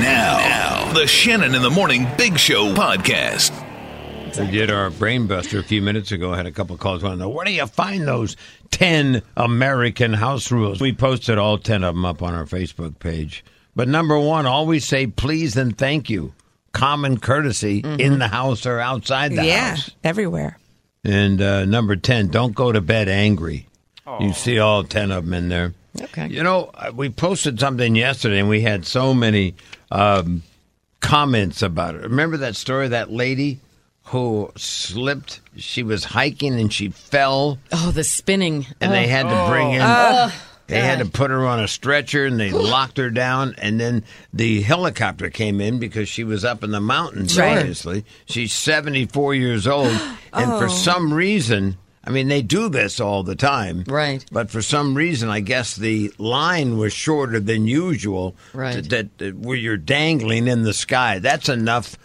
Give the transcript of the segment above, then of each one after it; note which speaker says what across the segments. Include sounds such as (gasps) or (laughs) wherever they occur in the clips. Speaker 1: Now, the Shannon in the Morning Big Show podcast.
Speaker 2: We did our brain buster a few minutes ago. Had a couple calls. Want to know where do you find those ten American house rules? We posted all ten of them up on our Facebook page. But number one, always say please and thank you. Common courtesy in the house or outside the
Speaker 3: yeah,
Speaker 2: house.
Speaker 3: everywhere.
Speaker 2: And uh, number ten, don't go to bed angry. You see all ten of them in there.
Speaker 3: Okay.
Speaker 2: You know, uh, we posted something yesterday, and we had so many um, comments about it. Remember that story? That lady who slipped. She was hiking and she fell,
Speaker 4: Oh, the spinning.
Speaker 2: and they
Speaker 4: Oh.
Speaker 2: had to bring in. they had to put her on a stretcher and they locked her down. And then the helicopter came in because she was up in the mountains,
Speaker 3: Sure.
Speaker 2: obviously. She's 74 years old.
Speaker 4: (gasps)
Speaker 2: And
Speaker 4: Oh.
Speaker 2: for some reason, I mean, they do this all the time.
Speaker 4: Right.
Speaker 2: But for some reason, I guess the line was shorter than usual.
Speaker 4: Right.
Speaker 2: to- that, that where you're dangling in the sky. That's enough.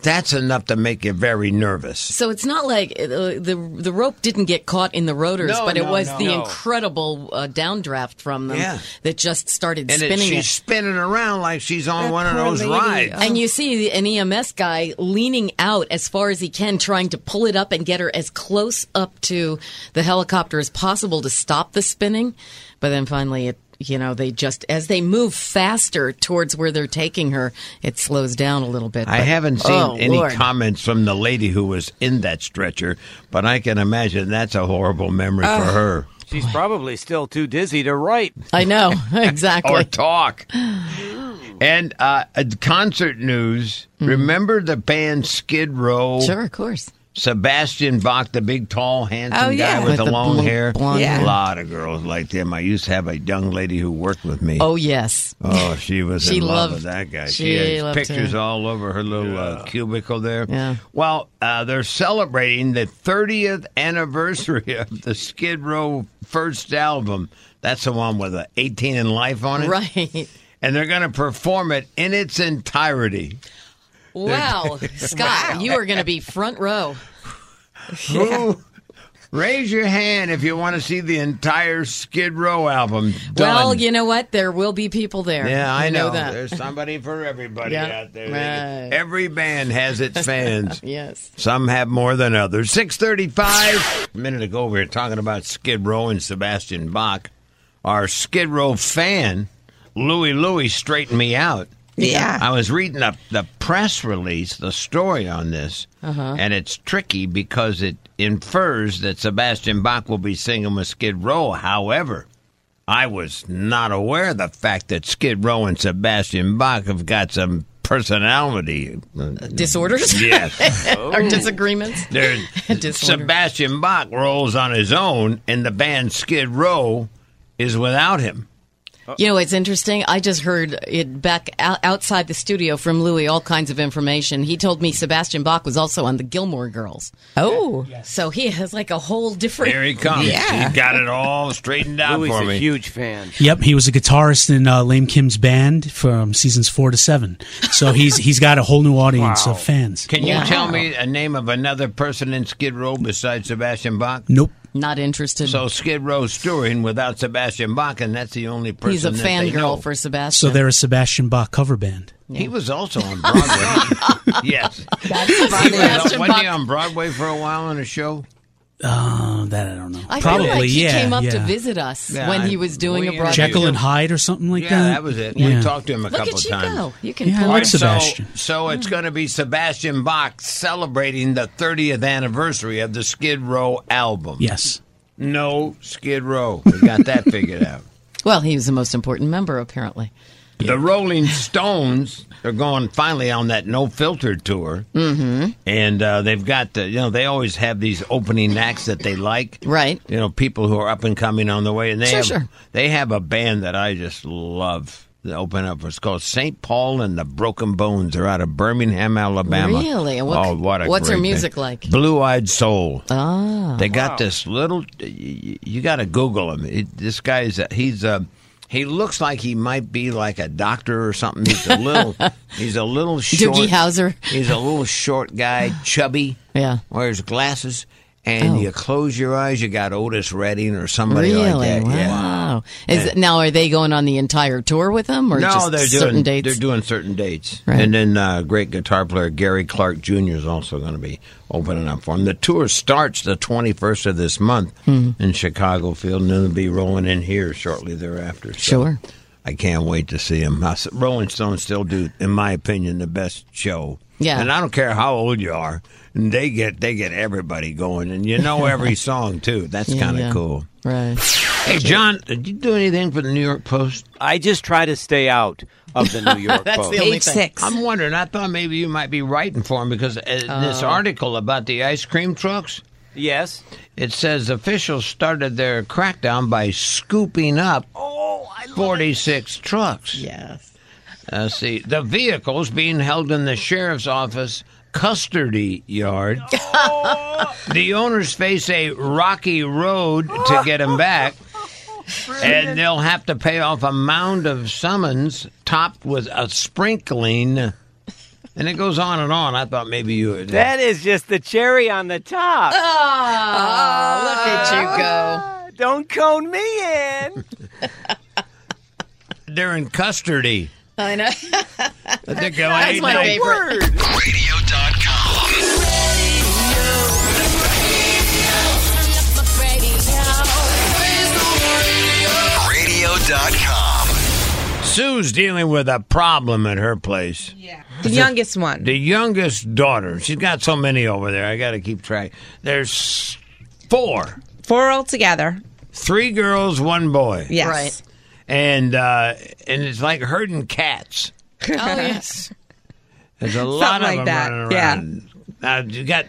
Speaker 2: That's enough to make you very nervous.
Speaker 4: So it's not like uh, the the rope didn't get caught in the rotors,
Speaker 2: No,
Speaker 4: but it
Speaker 2: no,
Speaker 4: was
Speaker 2: no.
Speaker 4: the
Speaker 2: No.
Speaker 4: incredible uh, downdraft from them
Speaker 2: Yeah.
Speaker 4: that just started
Speaker 2: And it,
Speaker 4: spinning
Speaker 2: she's
Speaker 4: it.
Speaker 2: spinning around like she's on
Speaker 3: That
Speaker 2: one of
Speaker 3: poor
Speaker 2: those
Speaker 3: lady.
Speaker 2: rides.
Speaker 3: Oh.
Speaker 4: And you see an EMS guy leaning out as far as he can, trying to pull it up and get her as close up to the helicopter as possible to stop the spinning. But then finally, it you know they just as they move faster towards where they're taking her, it slows down a little bit.
Speaker 2: I
Speaker 4: But-
Speaker 2: haven't seen
Speaker 4: Oh,
Speaker 2: any
Speaker 4: Lord.
Speaker 2: comments from the lady who was in that stretcher, but I can imagine that's a horrible memory for her.
Speaker 4: (laughs)
Speaker 5: She's probably still too dizzy to write.
Speaker 4: I know (laughs)
Speaker 2: (laughs)
Speaker 4: exactly.
Speaker 2: Or talk. (gasps) and uh, concert news remember the band Skid Row?
Speaker 4: Hmm. Sure, of course.
Speaker 2: Sebastian Bach, the big, tall, handsome
Speaker 3: Oh, yeah.
Speaker 2: guy with,
Speaker 4: With
Speaker 2: the,
Speaker 4: the
Speaker 2: long
Speaker 4: blue-
Speaker 2: hair.
Speaker 4: blonde
Speaker 3: Yeah.
Speaker 2: A
Speaker 3: hair.
Speaker 2: lot of girls liked him. I used to have a young lady who worked with me.
Speaker 4: Oh yes.
Speaker 2: Oh, she was
Speaker 4: She
Speaker 2: in love
Speaker 4: loved-
Speaker 2: with that guy. She,
Speaker 4: she
Speaker 2: has
Speaker 4: loved
Speaker 2: pictures
Speaker 4: him.
Speaker 2: all over her little uh, cubicle there.
Speaker 4: Yeah.
Speaker 2: Well, uh, they're celebrating the 30th anniversary (laughs) of the Skid Row first album. That's the one with a 18 in life on it.
Speaker 4: Right.
Speaker 2: And they're going to perform it in its
Speaker 4: (laughs)
Speaker 2: entirety.
Speaker 4: Wow, Scott, you are going to be front row.
Speaker 2: Who? Raise your hand if you want to see the entire Skid Row album. Done.
Speaker 4: Well, you know what? There will be people there.
Speaker 2: Yeah, I
Speaker 4: You
Speaker 2: know.
Speaker 4: that.
Speaker 2: There's somebody for everybody
Speaker 4: Yeah,
Speaker 2: out there.
Speaker 4: right.
Speaker 2: Every band has
Speaker 4: (laughs)
Speaker 2: its fans.
Speaker 4: yes.
Speaker 2: Some have more than others. 635. A minute ago, we were talking about Skid Row and Sebastian Bach. Our Skid Row fan, Louie Louie, straightened me out.
Speaker 3: Yeah.
Speaker 2: I was reading up the press release, the story on this, and it's tricky because it infers that Sebastian Bach will be singing with Skid Row. However, I was not aware of the fact that Skid Row and Sebastian Bach have got some personality
Speaker 4: Disorders
Speaker 2: Yes.
Speaker 4: (laughs) or disagreements.
Speaker 2: There's
Speaker 4: (laughs) Disorder.
Speaker 2: Sebastian Bach rolls on his own, and the band Skid Row is without him.
Speaker 4: You know, it's interesting. I just heard it back out, outside the studio from Louis, all kinds of information. He told me Sebastian Bach was also on the Gilmore Girls.
Speaker 3: Oh,
Speaker 4: So he has like a whole different.
Speaker 2: Here he comes.
Speaker 3: Yeah.
Speaker 2: He got it all straightened out
Speaker 5: Louis
Speaker 2: for
Speaker 5: a
Speaker 2: me.
Speaker 5: huge fan.
Speaker 6: Yep, he was a guitarist in uh, Lame Kim's band from seasons four to seven.
Speaker 2: (laughs)
Speaker 6: So he's he's got a whole new audience
Speaker 5: Wow.
Speaker 6: of fans.
Speaker 2: Can you
Speaker 4: Wow.
Speaker 2: tell me a name of another person in Skid Row besides Sebastian Bach?
Speaker 6: Nope.
Speaker 4: Not interested.
Speaker 2: So Skid Row's touring without Sebastian Bach, and that's the only person.
Speaker 4: He's a
Speaker 2: that they know.
Speaker 4: fangirl for Sebastian.
Speaker 6: So they're a Sebastian Bach cover band.
Speaker 2: He was also on
Speaker 4: (laughs)
Speaker 2: Broadway. yes,
Speaker 4: Sebastian
Speaker 2: wasn't he
Speaker 4: Bach.
Speaker 2: on Broadway for a while on a show?
Speaker 6: Oh, that I don't know.
Speaker 4: I
Speaker 6: Probably,
Speaker 4: feel like he
Speaker 6: yeah.
Speaker 4: came up
Speaker 6: yeah.
Speaker 4: to visit us
Speaker 2: Yeah,
Speaker 4: when
Speaker 2: I-
Speaker 4: he was doing
Speaker 2: we
Speaker 4: a broadcast.
Speaker 2: interviewed
Speaker 6: Jekyll and Hyde or something like
Speaker 2: Yeah,
Speaker 6: that.
Speaker 2: that was it.
Speaker 6: Yeah.
Speaker 2: We talked to him a
Speaker 4: Look
Speaker 2: couple
Speaker 4: at you
Speaker 2: times.
Speaker 4: go. You can
Speaker 6: Yeah, I
Speaker 4: pull
Speaker 6: like
Speaker 4: it.
Speaker 2: So-
Speaker 6: Sebastian.
Speaker 2: So, it's going to be Sebastian Bach celebrating the 30th anniversary of the Skid Row album.
Speaker 6: Yes.
Speaker 2: No Skid Row. We got that figured out.
Speaker 4: Well, he was the most important member, apparently.
Speaker 2: The Rolling Stones are going finally on that No Filter tour, mm-hmm. and uh, they've got the you know they always have these opening acts that they like,
Speaker 4: Right.
Speaker 2: You know, people who are up and coming on the way, and they
Speaker 4: Sure,
Speaker 2: have
Speaker 4: sure.
Speaker 2: they have a band that I just love. that open up. It's called St. Paul and the Broken Bones. They're out of Birmingham, Alabama.
Speaker 4: Really? What-
Speaker 2: oh, what a
Speaker 4: what's
Speaker 2: great
Speaker 4: their
Speaker 2: name.
Speaker 4: music like?
Speaker 2: Blue Eyed Soul. Ah, they got this little. You, you got to Google him. It, this guy's a- he's a. He looks like he might be like a doctor or something. He's a
Speaker 4: (laughs)
Speaker 2: little. he's a little short.
Speaker 4: Howser.
Speaker 2: He's a little short
Speaker 4: (laughs)
Speaker 2: guy, chubby.
Speaker 4: Yeah.
Speaker 2: Wears glasses. And
Speaker 4: Oh.
Speaker 2: you close your eyes, you got Otis Redding or somebody
Speaker 4: really?
Speaker 2: like that.
Speaker 4: wow.
Speaker 2: Yeah.
Speaker 4: Is now are they going on the entire tour with them or
Speaker 2: no,
Speaker 4: just
Speaker 2: they're
Speaker 4: certain
Speaker 2: doing
Speaker 4: dates?
Speaker 2: they're doing certain dates,
Speaker 4: Right.
Speaker 2: and then uh, great guitar player Gary Clark Jr. is also going to be opening up for him. The tour starts the twenty first of this month
Speaker 4: Hmm.
Speaker 2: in Chicago Field, and it'll be rolling in here shortly thereafter. So
Speaker 4: Sure.
Speaker 2: I can't wait to see him. I s- Rolling Stones still do, in my opinion, the best show.
Speaker 4: Yeah.
Speaker 2: and I don't care how old you are, and they get they get everybody going, and you know
Speaker 4: (laughs)
Speaker 2: every song too. That's
Speaker 4: Yeah,
Speaker 2: kind of
Speaker 4: yeah.
Speaker 2: cool.
Speaker 4: Right.
Speaker 2: Hey, John, did you do anything for the New York Post?
Speaker 5: I just try to stay out of the New York
Speaker 4: That's
Speaker 5: Post.
Speaker 4: the only
Speaker 3: Page
Speaker 4: thing.
Speaker 3: six.
Speaker 2: I'm wondering. I thought maybe you might be writing for him because uh, this article about the ice cream trucks.
Speaker 5: yes.
Speaker 2: It says officials started their crackdown by scooping up 46 trucks.
Speaker 3: Yes.
Speaker 2: Uh, see, the vehicles being held in the sheriff's office custody yard. the owners face a rocky road to get them back. And they'll have to pay off a mound of summons topped with a sprinkling. And it goes on and on. I thought maybe you would.
Speaker 5: That is just the cherry on the top.
Speaker 4: Look at you go.
Speaker 5: Don't cone me in.
Speaker 2: They're in custody.
Speaker 4: I know.
Speaker 2: But they're going,
Speaker 4: That's my
Speaker 2: "No,
Speaker 4: favorite.
Speaker 7: Radio.com.
Speaker 2: Sue's dealing with a problem at her place.
Speaker 3: The youngest one.
Speaker 2: The youngest daughter, she's got so many over there. I got to keep track. There's four,
Speaker 3: Four altogether.
Speaker 2: three girls, one boy,
Speaker 3: Yes. (laughs)
Speaker 4: Right.
Speaker 2: and uh, and it's like herding cats.
Speaker 4: Oh yes.
Speaker 2: There's a lot of
Speaker 3: like
Speaker 2: them
Speaker 3: that,
Speaker 2: running around. Yeah, uh, you got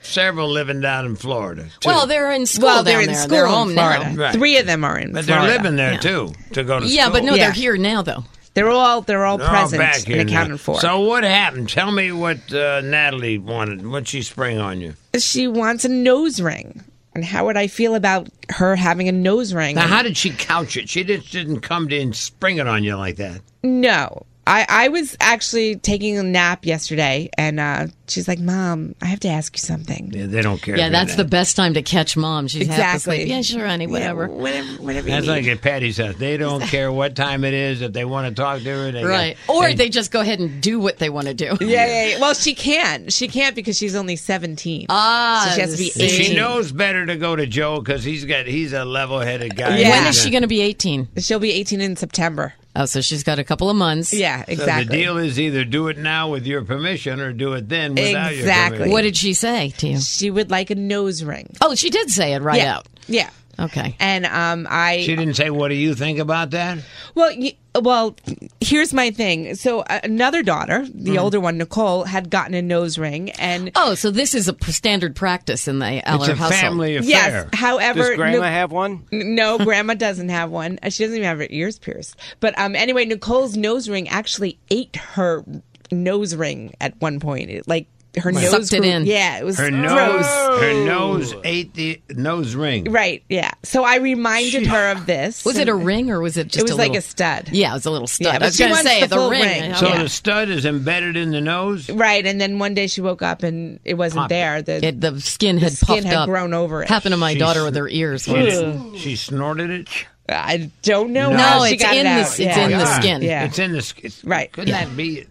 Speaker 2: several living down in Florida. too.
Speaker 4: Well, they're in school
Speaker 3: Well, they're
Speaker 4: down
Speaker 3: in
Speaker 4: there.
Speaker 3: school
Speaker 4: they're
Speaker 3: in
Speaker 4: home
Speaker 3: Florida.
Speaker 4: now.
Speaker 2: Right.
Speaker 3: Three of them are in
Speaker 2: but they're
Speaker 3: Florida.
Speaker 2: living there
Speaker 4: yeah.
Speaker 2: too to go to
Speaker 4: Yeah, but no,
Speaker 3: Yeah.
Speaker 4: they're here now though.
Speaker 3: They're all they're all
Speaker 2: They're all
Speaker 3: present
Speaker 2: back here
Speaker 3: and
Speaker 2: now.
Speaker 3: accounted for.
Speaker 2: So what happened? Tell me what uh, Natalie wanted. What she spring on you?
Speaker 3: she wants a nose ring. And how would I feel about her having a nose ring?
Speaker 2: Now, how did she couch it? She just didn't come to and spring it on you like that.
Speaker 3: No. I, I was actually taking a nap yesterday, and uh, she's like, Mom, I have to ask you something.
Speaker 2: Yeah, they don't care.
Speaker 4: Yeah,
Speaker 2: for
Speaker 4: that's
Speaker 2: that.
Speaker 4: the best time to catch mom. She's half
Speaker 3: Exactly.
Speaker 4: asleep. Yeah, sure, honey, whatever.
Speaker 3: Yeah, whatever, whatever you
Speaker 2: That's
Speaker 3: need.
Speaker 2: like at Patty says. They don't care what time it is. If they want to talk to her, they
Speaker 4: Right. Oh, Or they just go ahead and do what they want to do.
Speaker 3: yeah, yeah, yeah. Well, she can't. She can't because she's only 17. Ah. So she has to be
Speaker 4: see.
Speaker 3: 18.
Speaker 2: She knows better to go to Joe because he's got he's a level-headed guy.
Speaker 3: Yeah.
Speaker 4: When is she going to be 18?
Speaker 3: She'll be 18 in September.
Speaker 4: Oh, so she's got a couple of months.
Speaker 3: Yeah,
Speaker 2: So
Speaker 3: exactly.
Speaker 2: the deal is either do it now with your permission or do it then without
Speaker 3: Exactly.
Speaker 2: your permission.
Speaker 4: What did she say to you?
Speaker 3: she would like a nose ring.
Speaker 4: Oh, she did say it right
Speaker 3: yeah.
Speaker 4: out.
Speaker 3: Yeah.
Speaker 4: Okay.
Speaker 3: And um, I.
Speaker 2: She didn't say. What do you think about that?
Speaker 3: Well, y well, here's my thing. So uh, another daughter, the
Speaker 2: Hmm.
Speaker 3: older one, Nicole, had gotten a nose ring, and
Speaker 4: Oh, so this is a p- standard practice in the
Speaker 2: It's
Speaker 4: Aller
Speaker 2: a
Speaker 4: household.
Speaker 2: family
Speaker 3: yes.
Speaker 2: affair.
Speaker 3: However,
Speaker 5: Does Grandma
Speaker 3: Nic-
Speaker 5: have one?
Speaker 3: N- No, grandma doesn't have one. Uh, She doesn't even have her ears pierced. But um, anyway, Nicole's nose ring actually ate her nose ring at one point. It, like her nose
Speaker 4: Sucked it
Speaker 3: grew-
Speaker 4: in.
Speaker 3: Yeah, it was
Speaker 2: Her nose,
Speaker 3: gross.
Speaker 2: her nose ate the nose ring.
Speaker 3: Right. Yeah. So I reminded her of this.
Speaker 4: Was it a
Speaker 3: and
Speaker 4: ring or was it just
Speaker 3: was
Speaker 4: a
Speaker 3: like
Speaker 4: little-
Speaker 3: a stud.
Speaker 4: Yeah, it was a little stud.
Speaker 3: Yeah,
Speaker 4: I
Speaker 3: but
Speaker 4: was
Speaker 3: she
Speaker 4: going to
Speaker 3: wants
Speaker 4: say
Speaker 3: the
Speaker 4: the,
Speaker 3: full
Speaker 4: ring.
Speaker 3: ring.
Speaker 2: So
Speaker 4: Yeah.
Speaker 2: the stud is embedded in the nose.
Speaker 3: Right. And then one day she woke up and it wasn't
Speaker 2: Popped it.
Speaker 3: there. The,
Speaker 4: It- the skin had
Speaker 3: skin
Speaker 4: puffed
Speaker 3: had
Speaker 4: up.
Speaker 3: grown over it.
Speaker 4: Happened to my
Speaker 2: She's-
Speaker 4: daughter with her ears. once.
Speaker 2: She, she snorted it.
Speaker 3: I don't know.
Speaker 2: No,
Speaker 3: how she
Speaker 4: it's
Speaker 3: got
Speaker 4: in
Speaker 3: it
Speaker 4: the-
Speaker 3: out.
Speaker 4: it's
Speaker 3: yeah.
Speaker 4: in the
Speaker 2: God.
Speaker 4: skin.
Speaker 3: Yeah.
Speaker 2: It's in the skin.
Speaker 3: Right.
Speaker 2: Could
Speaker 3: Yeah.
Speaker 2: that be?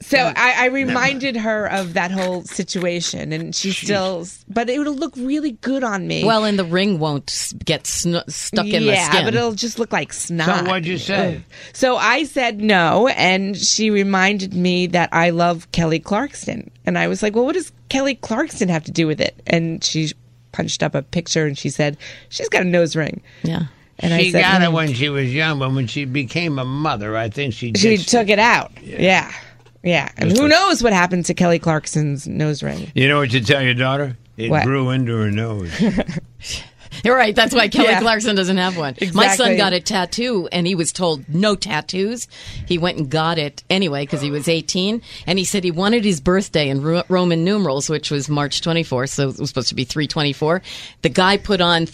Speaker 3: So I, I reminded her of that whole situation, and she still. But it would look really good on me.
Speaker 4: Well, and the ring won't s- get snu stuck in the
Speaker 3: yeah,
Speaker 4: skin.
Speaker 3: but it'll just look like snot.
Speaker 2: So what'd you say?
Speaker 3: So I said no, and she reminded me that I love Kelly Clarkson, and I was like, "Well, what does Kelly Clarkson have to do with it?" And she punched up a picture, and she said, "She's got a nose ring."
Speaker 4: yeah.
Speaker 3: And
Speaker 2: she
Speaker 3: I said,
Speaker 2: got it
Speaker 3: "Mm."
Speaker 2: when she was young, but when she became a mother, I think she
Speaker 3: She
Speaker 2: ditched
Speaker 3: took it out. Yeah, yeah, and who knows what happened to Kelly Clarkson's nose ring?
Speaker 2: You know what you tell your daughter? It
Speaker 3: (laughs) What?
Speaker 2: grew into her nose.
Speaker 4: You're right. That's why Kelly
Speaker 3: Yeah.
Speaker 4: Clarkson doesn't have one. My son
Speaker 3: Exactly.
Speaker 4: got a tattoo and he was told no tattoos. He went and got it anyway because he was 18 and he said he wanted his birthday in Ro- Roman numerals, which was March 24th. So it was supposed to be 324. The guy put on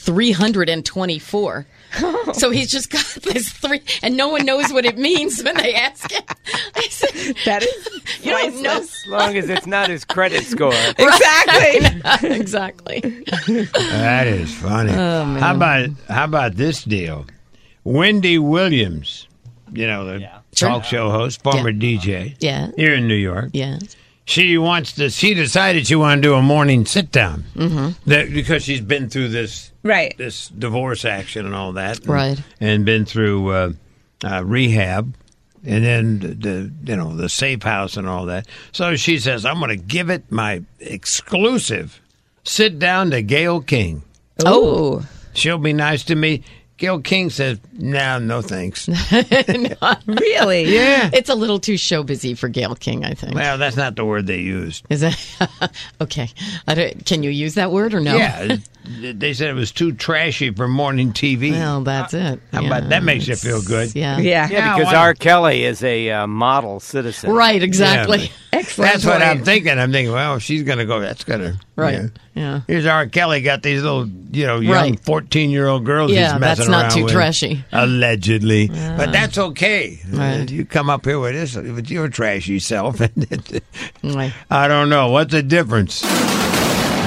Speaker 4: 324.
Speaker 3: Oh.
Speaker 4: So he's just got this three, and no one knows what it means when they ask him. I said, (laughs)
Speaker 3: That is
Speaker 4: (laughs) you don't know.
Speaker 5: As long as it's not his credit score.
Speaker 3: exactly.
Speaker 4: exactly.
Speaker 2: That is funny.
Speaker 3: Oh,
Speaker 2: how about how about this deal? Wendy Williams, you know the talk show host, former DJ,
Speaker 4: Yeah.
Speaker 2: here in New York.
Speaker 4: Yeah.
Speaker 2: She wants to. She decided she wanted to do a morning sit down mm-hmm. that because she's been through this
Speaker 3: (laughs) Right.
Speaker 2: this divorce action and all that, and-
Speaker 4: Right.
Speaker 2: And been through uh, uh, rehab, and then the, the you know the safe house and all that. So she says, "I'm going to give it my exclusive sit down to Gail King.
Speaker 4: Oh,
Speaker 2: She'll be nice to me." Gail King says, "No, no
Speaker 4: (laughs)
Speaker 2: thanks."
Speaker 3: really?
Speaker 2: yeah.
Speaker 4: it's a little too show busy for Gail King, I think.
Speaker 2: Well, that's not the word they used.
Speaker 4: Is that (laughs) okay? I don't, can you use that word or no?
Speaker 2: Yeah, it- they said it was too trashy for morning TV.
Speaker 4: Well, that's it.
Speaker 2: Uh, How about- that makes you feel good.
Speaker 4: Yeah.
Speaker 3: Yeah.
Speaker 5: Yeah, because
Speaker 2: why-
Speaker 5: R. Kelly is a uh, model citizen.
Speaker 4: Right. Exactly.
Speaker 2: Yeah.
Speaker 4: (laughs)
Speaker 3: Excellent.
Speaker 2: That's what
Speaker 3: point.
Speaker 2: I'm thinking. I'm thinking, well, if she's going to go, that's going to.
Speaker 4: Right.
Speaker 2: Yeah.
Speaker 4: Yeah.
Speaker 2: Here's R. Kelly got these little, you know, young
Speaker 4: Right.
Speaker 2: 14 year old girls
Speaker 4: Yeah,
Speaker 2: he's
Speaker 4: that's
Speaker 2: messing
Speaker 4: not
Speaker 2: around
Speaker 4: too
Speaker 2: with,
Speaker 4: trashy.
Speaker 2: Allegedly. But that's okay.
Speaker 4: Right.
Speaker 2: You come up here with this, with your trashy self. (laughs)
Speaker 4: Anyway.
Speaker 2: I don't know. What's the difference?